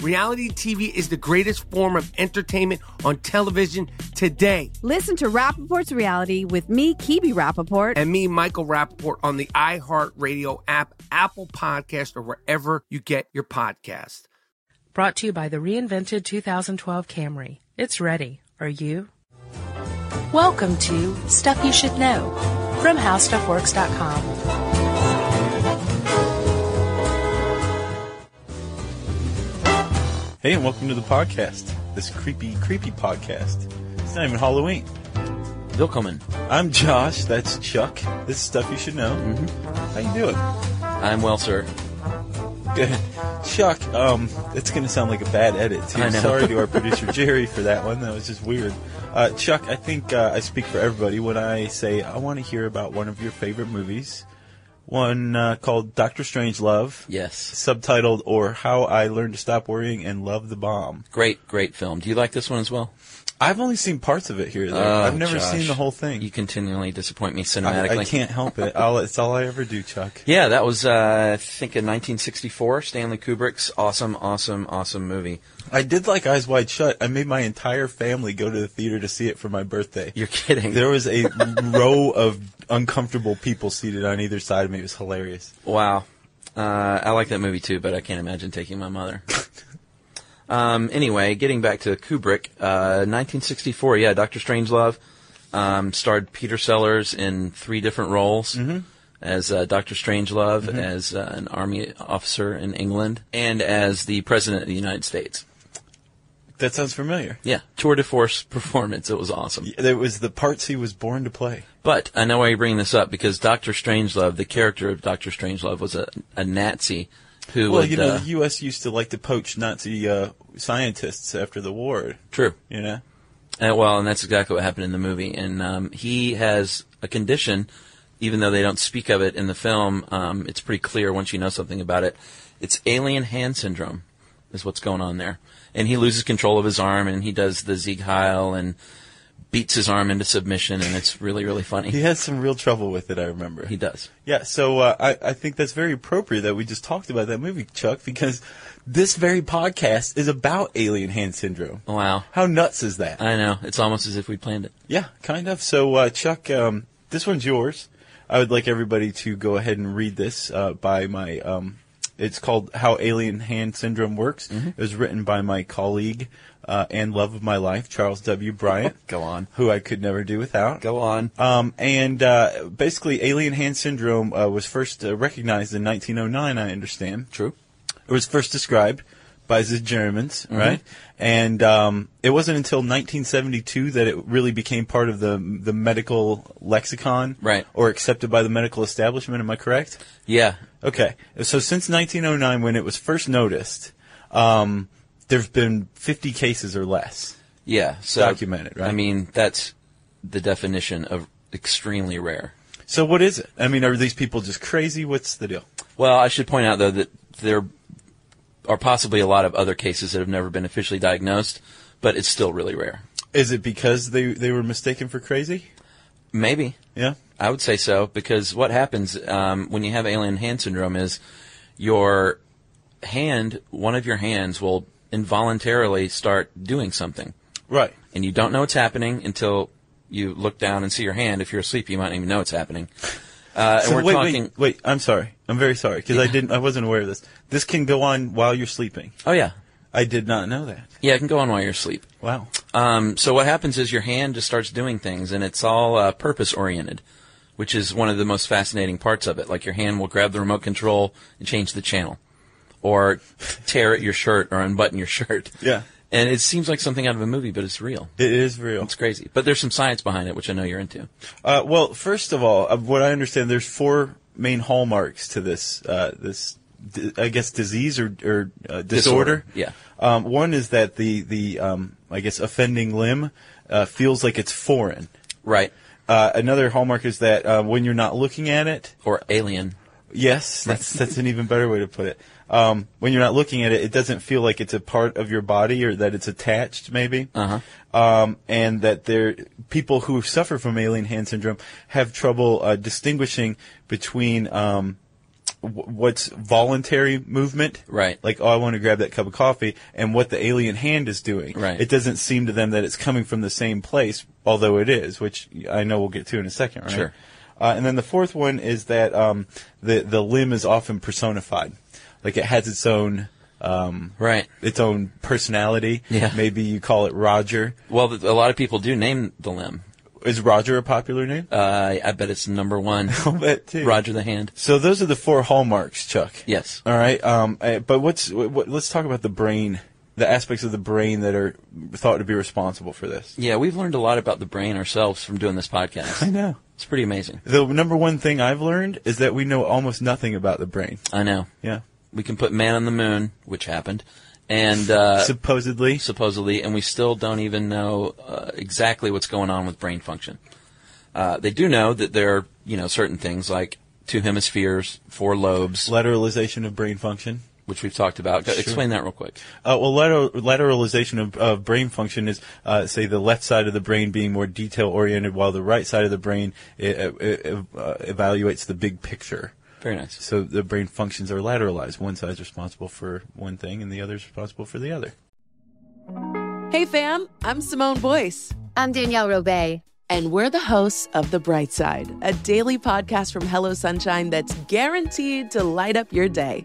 Reality TV is the greatest form of entertainment on television today. Listen to Rappaport's Reality with me, Kibi Rappaport. And me, Michael Rappaport, on the iHeartRadio app, Apple Podcast, or wherever you get your podcast. Brought to you by the reinvented 2012 Camry. It's ready. Are you? Welcome to Stuff You Should Know from HowStuffWorks.com. Hey, and welcome to the podcast. This creepy, creepy podcast. It's not even Halloween. Willkommen. I'm Josh. That's Chuck. This is stuff you should know. Mm-hmm. How you doing? I'm well, sir. Good. Chuck. Um, it's gonna sound like a bad edit. Too. I know. Sorry to our producer Jerry for that one. That was just weird. Uh, Chuck, I think uh, I speak for everybody when I say I want to hear about one of your favorite movies. One uh, called Doctor Strange Love, Yes. subtitled "Or How I Learned to Stop Worrying and Love the Bomb." Great, great film. Do you like this one as well? I've only seen parts of it here. or There. Oh, I've never Josh. seen the whole thing. You continually disappoint me I, cinematically. I can't help it. I'll, it's all I ever do, Chuck. Yeah, that was, uh, I think, in 1964, Stanley Kubrick's awesome, awesome, awesome movie. I did like Eyes Wide Shut. I made my entire family go to the theater to see it for my birthday. You're kidding. There was a row of uncomfortable people seated on either side of me. It was hilarious. Wow. Uh, I like that movie too, but I can't imagine taking my mother. um, anyway, getting back to Kubrick, uh, 1964, yeah, Doctor Strangelove um, starred Peter Sellers in three different roles. Mm-hmm. As uh, Doctor Strangelove, as uh, an army officer in England, and as the president of the United States. That sounds familiar. Yeah, tour de force performance. It was awesome. It was the parts he was born to play. But I know why you bring this up because Doctor Strangelove, the character of Doctor Strangelove, was a, a Nazi who Well, would. you know, uh, the U.S. used to like to poach Nazi uh, scientists after the war. true. You know, Uh, well, and that's exactly what happened in the movie. And um, he has a condition, even though they don't speak of it in the film. Um, it's pretty clear once you know something about it. It's alien hand syndrome, is what's going on there. And he loses control of his arm, and he does the Sieg Heil and beats his arm into submission, and it's really, really funny. he has some real trouble with it. I remember. He does. Yeah, so uh, I, I think that's very appropriate that we just talked about that movie, Chuck, because this very podcast is about alien hand syndrome. Wow. How nuts is that? I know. It's almost as if we planned it. yeah, kind of. So, uh, Chuck, um, this one's yours. I would like everybody to go ahead and read this uh, by my. Um, it's called How Alien Hand Syndrome Works. Mm-hmm. It was written by my colleague uh, and love of my life, Charles W. Bryant. Go on. Who I could never do without. Go on. Um, and uh, basically, alien hand syndrome uh, was first uh, recognized in 1909, I understand. True. It was first described by the Germans, Mm-hmm. right? And um, it wasn't until 1972 that it really became part of the the medical lexicon, Right. Or accepted by the medical establishment. Am I correct? Yeah. Okay. So since 1909, when it was first noticed, um, there's been 50 cases or less. Yeah. So Documented, right? I mean, that's the definition of extremely rare. So what is it? I mean, are these people just crazy? What's the deal? Well, I should point out though that there are possibly a lot of other cases that have never been officially diagnosed, but it's still really rare. Is it because they they were mistaken for crazy? Maybe. Yeah. I would say so because what happens um, when you have alien hand syndrome is your hand, one of your hands, will involuntarily start doing something, Right. and you don't know it's happening until you look down and see your hand. If you're asleep, you might not even know it's happening. Uh, and So we're wait, talking. wait, wait. I'm sorry. I'm very sorry because I didn't. I wasn't aware of this. This can go on while you're sleeping. Oh yeah, I did not know that. yeah. It can go on while you're asleep. Wow. Um, so what happens is your hand just starts doing things, and it's all uh, purpose oriented. which is one of the most fascinating parts of it. Like your hand will grab the remote control and change the channel, or tear at your shirt or unbutton your shirt. Yeah. And it seems like something out of a movie, but it's real. It is real. It's crazy. But there's some science behind it, which I know you're into. Uh, well, first of all, uh, what I understand, there's four main hallmarks to this uh, this di- I guess disease or, or uh, disorder. Yeah. Um, one is that the the um, I guess offending limb uh, feels like it's foreign. Right. Uh, another hallmark is that uh, when you're not looking at it, Or alien. Yes, that's that's an even better way to put it. Um, when you're not looking at it, it doesn't feel like it's a part of your body or that it's attached, maybe. Uh-huh. Um, and that there, people who suffer from alien hand syndrome have trouble uh, distinguishing between um, w- what's voluntary movement, Right. Like, oh, I want to grab that cup of coffee, and what the alien hand is doing, Right. It doesn't seem to them that it's coming from the same place, although it is, which I know we'll get to in a second, right? Sure. Uh, and then the fourth one is that um, the the limb is often personified, like it has its own um, Right. its own personality. Yeah. Maybe you call it Roger. Well, th- a lot of people do name the limb. Is Roger a popular name? Uh, I bet it's number one. I'll bet too. Roger the Hand. So those are the four hallmarks, Chuck. Yes. All right. Um, uh, but what's what, what, let's talk about the brain, the aspects of the brain that are thought to be responsible for this. Yeah, we've learned a lot about the brain ourselves from doing this podcast. know. It's pretty amazing. The number one thing I've learned is that we know almost nothing about the brain. I know. Yeah. We can put man on the moon, which happened, and uh, Supposedly. supposedly, and we still don't even know uh, exactly what's going on with brain function. Uh, they do know that there are, you know, certain things like two hemispheres, four lobes, lateralization of brain function. which we've talked about. Go- Explain that real quick. Uh, well, lateral, lateralization of, of brain function is, uh, say, the left side of the brain being more detail oriented, while the right side of the brain i i- i- uh, evaluates the big picture. Very nice. So the brain functions are lateralized. One side's responsible for one thing, and the other's responsible for the other. Hey, fam, I'm Simone Boyce, I'm Danielle Robay. and we're the hosts of The Bright Side, a daily podcast from Hello Sunshine that's guaranteed to light up your day.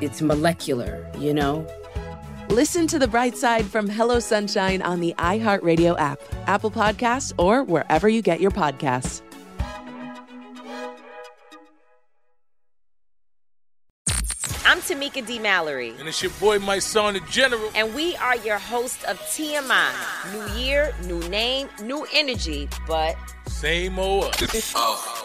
it's molecular, you know? Listen to The Bright Side from Hello Sunshine on the iHeartRadio app, Apple Podcasts, or wherever you get your podcasts. I'm Tamika D. Mallory, And it's your boy, my son, the general. and we are your hosts of TMI. New year, new name, new energy, but. Same old us.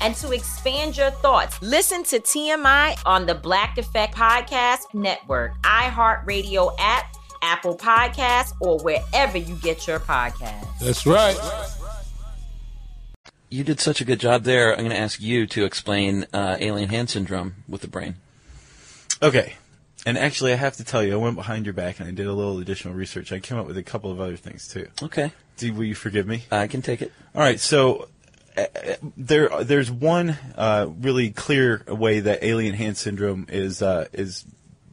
and to expand your thoughts, listen to TMI on the Black Effect Podcast Network, iHeartRadio app, Apple Podcasts, or wherever you get your podcasts. That's right. You did such a good job there. I'm going to ask you to explain uh, alien hand syndrome with the brain. Okay. And actually, I have to tell you, I went behind your back and I did a little additional research. I came up with a couple of other things too. Okay, Do, will you forgive me? I can take it. All right, so uh, there there's one uh, really clear way that alien hand syndrome is uh, is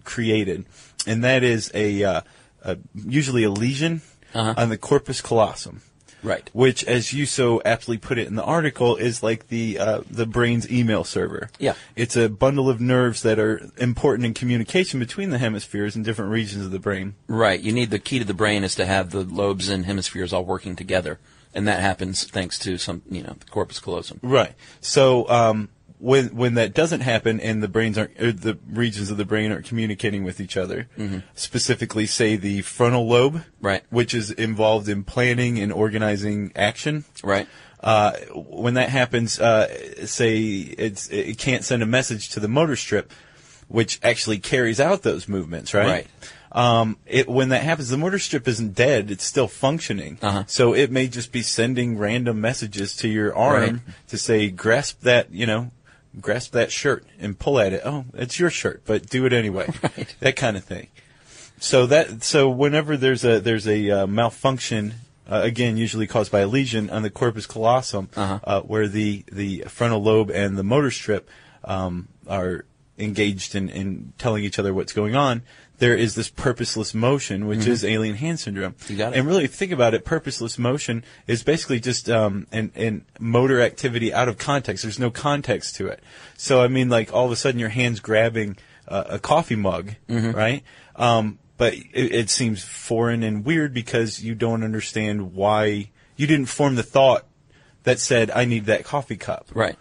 created, and that is a, uh, a usually a lesion on the corpus callosum, Right. which, as you so aptly put it in the article, is like the uh, the brain's email server. Yeah. it's a bundle of nerves that are important in communication between the hemispheres and different regions of the brain. Right. You need the key to the brain is to have the lobes and hemispheres all working together, and that happens thanks to some, you know, the corpus callosum. Right. So um, when when that doesn't happen and the brains aren't or the regions of the brain aren't communicating with each other, specifically say the frontal lobe, Right. which is involved in planning and organizing action, Right. Uh, when that happens, uh, say it's, it can't send a message to the motor strip, which actually carries out those movements, right? Right. Um, it, when that happens, the motor strip isn't dead; it's still functioning. Uh-huh. So it may just be sending random messages to your arm Right. to say, "Grasp that," you know, grasp that shirt and pull at it. Oh, it's your shirt, but do it anyway. That kind of thing. So that so whenever there's a there's a uh, malfunction, uh, again usually caused by a lesion on the corpus callosum, uh where the the frontal lobe and the motor strip um, are engaged in, in telling each other what's going on, there is this purposeless motion, which is alien hand syndrome. Mm-hmm. You got it. And really, if you think about it, purposeless motion is basically just um, an, an motor activity out of context. There's no context to it. So I mean, like all of a sudden, your hand's grabbing uh, a coffee mug, right? Um, but it, it seems foreign and weird because you don't understand why you didn't form the thought that said, "I need that coffee cup," Right.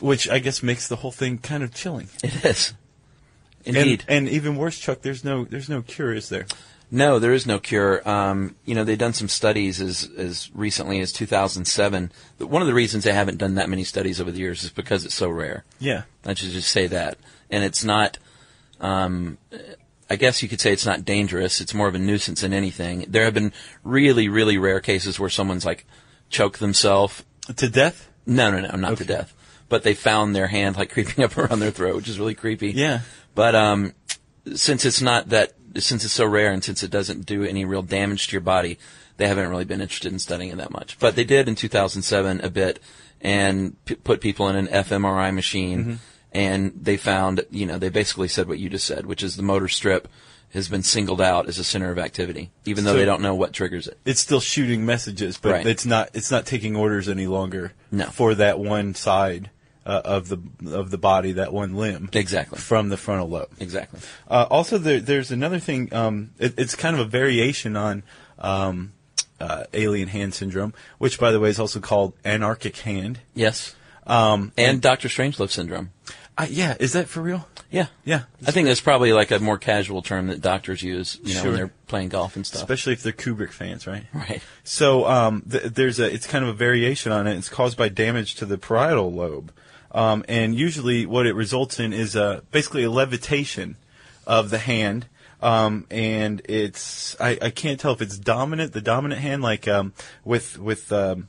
which I guess makes the whole thing kind of chilling. It is. And- Indeed. And, even worse, Chuck, there's no there's no cure, is there? No, there is no cure. Um, you know, they've done some studies as as recently as 2007. Th- One of the reasons they haven't done that many studies over the years is because it's so rare. Yeah. I should just say that, and it's not. Um, I guess you could say it's not dangerous. It's more of a nuisance than anything. There have been really, really rare cases where someone's like choked themselves to death. No, no, no, not to death. But they found their hand like creeping up around their throat, which is really creepy. Yeah. But um, since it's not that, since it's so rare, and since it doesn't do any real damage to your body, they haven't really been interested in studying it that much. But they did in 2007 a bit, and p- put people in an fMRI machine, Mhm. and they found, you know, they basically said what you just said, which is the motor strip has been singled out as a center of activity, even though So- they don't know what triggers it. It's still shooting messages, but Right. it's not it's not taking orders any longer No. for that one side uh, of the of the body, that one limb, Exactly. from the frontal lobe. Exactly. Uh, also, there, there's another thing. Um, it, it's kind of a variation on um, uh, alien hand syndrome, which, by the way, is also called anarchic hand. Yes. Um, and Doctor Strangelove syndrome. Uh, yeah, is that for real? Yeah, Yeah. I think that's probably like a more casual term that doctors use, you know, Sure. when they're playing golf and stuff. Especially if they're Kubrick fans, right? Right. So um, th- there's a it's kind of a variation on it. It's caused by damage to the parietal lobe, um, and usually what it results in is uh, basically a levitation of the hand. Um, and it's I, I can't tell if it's dominant the dominant hand like um, with with um,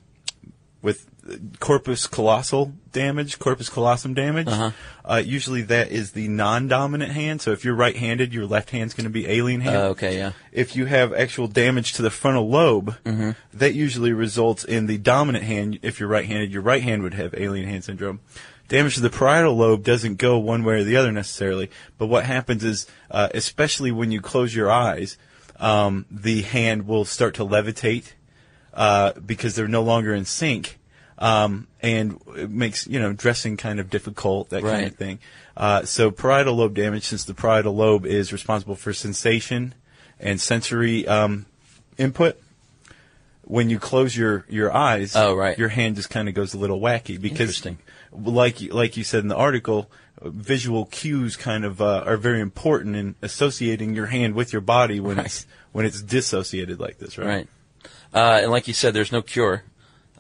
with uh, corpus callosal damage, corpus callosum damage. Uh-huh. uh usually that is the non-dominant hand. So if you're right-handed, your left hand's going to be alien hand. Oh, okay, yeah. Mm-hmm. If you have actual damage to the frontal lobe, that usually results in the dominant hand. If you're right-handed, your right hand would have alien hand syndrome. Damage to the parietal lobe doesn't go one way or the other necessarily, but what happens is, uh, especially when you close your eyes, um, the hand will start to levitate uh, because they're no longer in sync. Um, and it makes, you know, dressing kind of difficult, that kind of Right. thing. Uh, so parietal lobe damage, since the parietal lobe is responsible for sensation and sensory, um, input. When you close your, your eyes, Oh, right. your hand just kind of goes a little wacky because, Interesting. like, you- like you said in the article, uh, visual cues kind of, uh, are very important in associating your hand with your body when it's, when it's dissociated like this, right? Right. Uh, and like you said, there's no cure.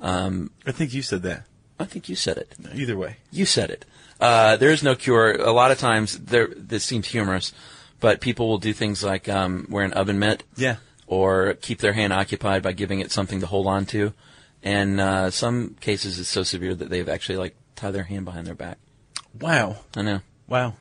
Um, I think you said that. I think you said it. Either way. You said it. Uh, there is no cure. A lot of times, there this seems humorous, but people will do things like um, wear an oven mitt. Yeah. Or keep their hand occupied by giving it something to hold on to, and uh, some cases it's so severe that they've actually like tie their hand behind their back. Wow. I know. Wow.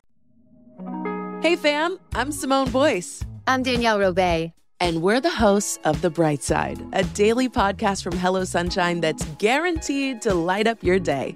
Hey, fam, I'm Simone Boyce. I'm Danielle Robay. And we're the hosts of The Bright Side, a daily podcast from Hello Sunshine that's guaranteed to light up your day.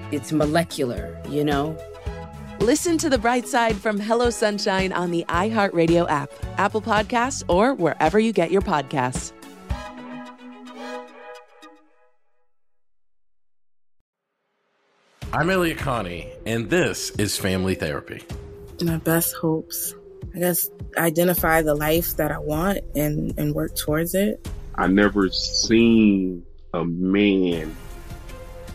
it's molecular, you know? Listen to The Bright Side from Hello Sunshine on the iHeartRadio app, Apple Podcasts, or wherever you get your podcasts. I'm Elliot Connie, and this is Family Therapy. my best hopes. I guess identify the life that I want and, and work towards it. I never seen a man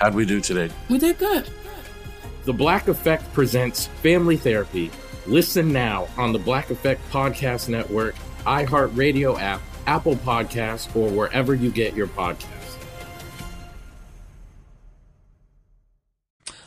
how'd we do today? We did good. The Black Effect presents Family Therapy. Listen now on the Black Effect Podcast Network, iHeartRadio app, Apple Podcasts, or wherever you get your podcasts.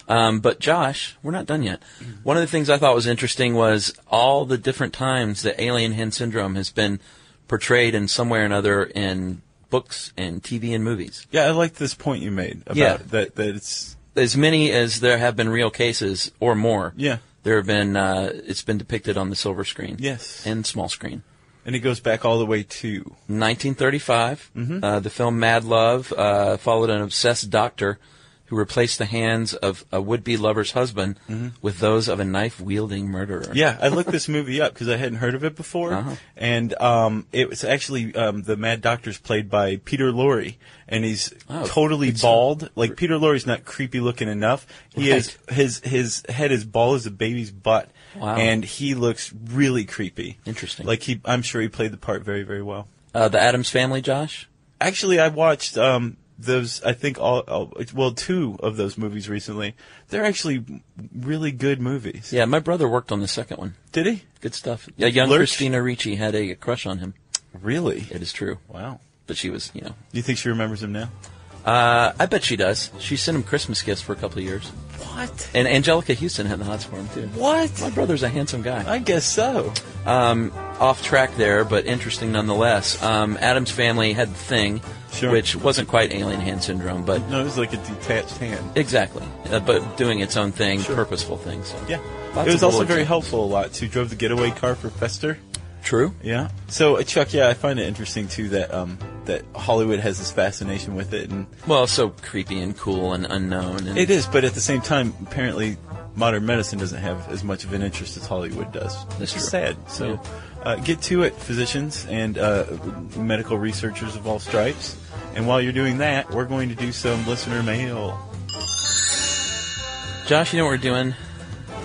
Um, but Josh, we're not done yet. One of the things I thought was interesting was all the different times that alien hand syndrome has been portrayed in some way or another in books and TV and movies. Yeah, I like this point you made about Yeah. that that it's As many as there have been real cases or more. Yeah. There have been, uh, it's been depicted on the silver screen. Yes. And small screen. and it goes back all the way to 1935, Mhm. uh, the film Mad Love uh, followed an obsessed doctor who replaced the hands of a would-be lover's husband Mhm. with those of a knife-wielding murderer. Yeah, I looked this movie up because I hadn't heard of it before, Uh-huh. and um, it was actually um, the Mad Doctor's played by Peter Lorre, and he's Oh, totally bald. like Peter Lorre's not creepy looking enough. He is his his head is bald as a baby's butt, Wow. and he looks really creepy. Interesting. Like he, I'm sure he played the part very very well. Uh, the Adams Family, Josh. Actually, I watched um, those. I think all, all well two of those movies recently. They're actually really good movies. Yeah, my brother worked on the second one. Did he? Good stuff. Yeah, young Lurch? Christina Ricci had a crush on him. Really? It is true. Wow. But she was, you know. Do you think she remembers him now? Uh, I bet she does. She sent him Christmas gifts for a couple of years. What? And Angelica Houston had the hots for him too. What? My brother's a handsome guy. I guess so. Um, off track there, but interesting nonetheless. Um, Adam's family had the thing, Sure. which wasn't quite alien hand syndrome, but No, it was like a detached hand. exactly. Uh, but doing its own thing, purposeful thing. So Yeah. Lots it was of also little very examples. helpful a lot too. Drove the getaway car for Fester. True. Yeah. So uh, Chuck, yeah, I find it interesting too that um that Hollywood has this fascination with it, and Well, so creepy and cool and unknown. And it is. But at the same time, apparently, modern medicine doesn't have as much of an interest as Hollywood does. That's which is true. sad. So uh, get to it, physicians and uh, medical researchers of all stripes. And while you're doing that, we're going to do some listener mail. Josh, you know what we're doing?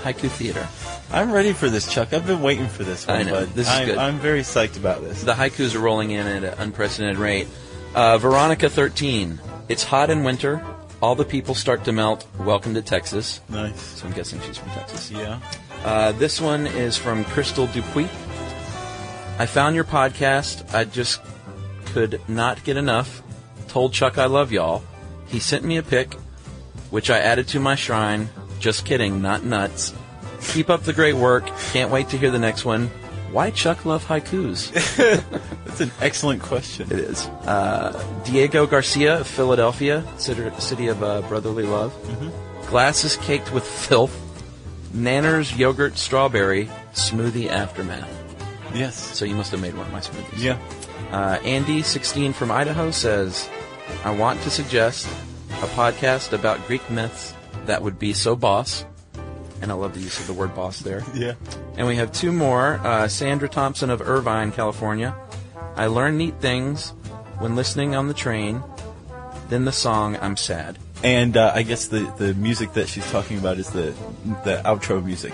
Haiku Theater. I'm ready for this, Chuck. I've been waiting for this one, I know. bud. This is I'm, good. I'm very psyched about this. The haikus are rolling in at an unprecedented rate. Uh, Veronica 13. It's hot in winter. All the people start to melt. Welcome to Texas. Nice. So I'm guessing she's from Texas. Yeah. Uh, this one is from Crystal Dupuy. I found your podcast. I just could not get enough. Told Chuck I love y'all. He sent me a pic, which I added to my shrine. Just kidding, not nuts. Keep up the great work. Can't wait to hear the next one. Why Chuck love haikus? That's an excellent question. It is. Uh, Diego Garcia of Philadelphia, city, city of uh, brotherly love. Glasses caked with filth. Nanner's yogurt strawberry smoothie aftermath. Yes. So you must have made one of my smoothies. Yeah. Uh, Andy16 from Idaho says, I want to suggest a podcast about Greek myths that would be so boss. And I love the use of the word boss there. Yeah. And we have two more. Uh, Sandra Thompson of Irvine, California. I learn neat things when listening on the train. Then the song I'm Sad. And uh, I guess the, the music that she's talking about is the the outro music,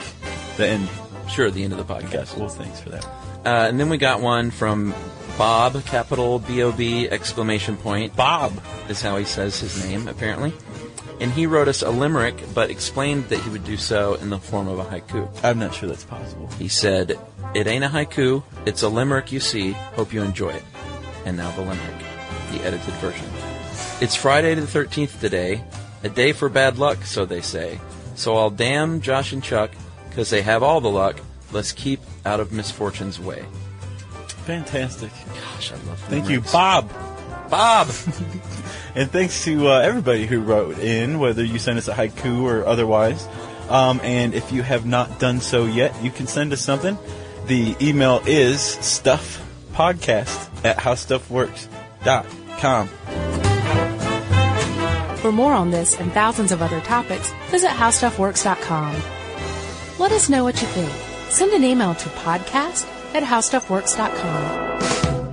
the end. Sure, the end of the podcast. well, thanks for that. Uh, and then we got one from Bob, capital B O B exclamation point. Bob is how he says his name, apparently. And he wrote us a limerick, but explained that he would do so in the form of a haiku. I'm not sure that's possible. He said, It ain't a haiku, it's a limerick you see. Hope you enjoy it. And now the limerick, the edited version. It's Friday the 13th today, a day for bad luck, so they say. So I'll damn Josh and Chuck, 'cause they have all the luck. Let's keep out of misfortune's way. Fantastic. Gosh, I love Thank you, limericks. Bob. Bob. and thanks to uh, everybody who wrote in, whether you sent us a haiku or otherwise. Um, and if you have not done so yet, you can send us something. The email is stuffpodcast at howstuffworks.com. For more on this and thousands of other topics, visit howstuffworks.com. Let us know what you think. Send an email to podcast at howstuffworks.com.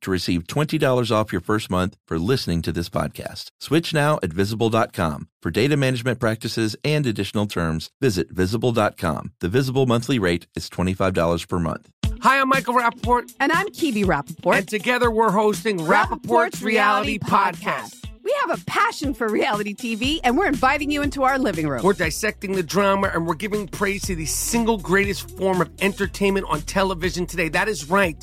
to receive $20 off your first month for listening to this podcast. Switch now at visible.com. For data management practices and additional terms, visit visible.com. The visible monthly rate is $25 per month. Hi, I'm Michael Rappaport. And I'm Kibi Rappaport. And together we're hosting Rappaport's Reality Podcast. We have a passion for reality TV, and we're inviting you into our living room. We're dissecting the drama and we're giving praise to the single greatest form of entertainment on television today. That is right.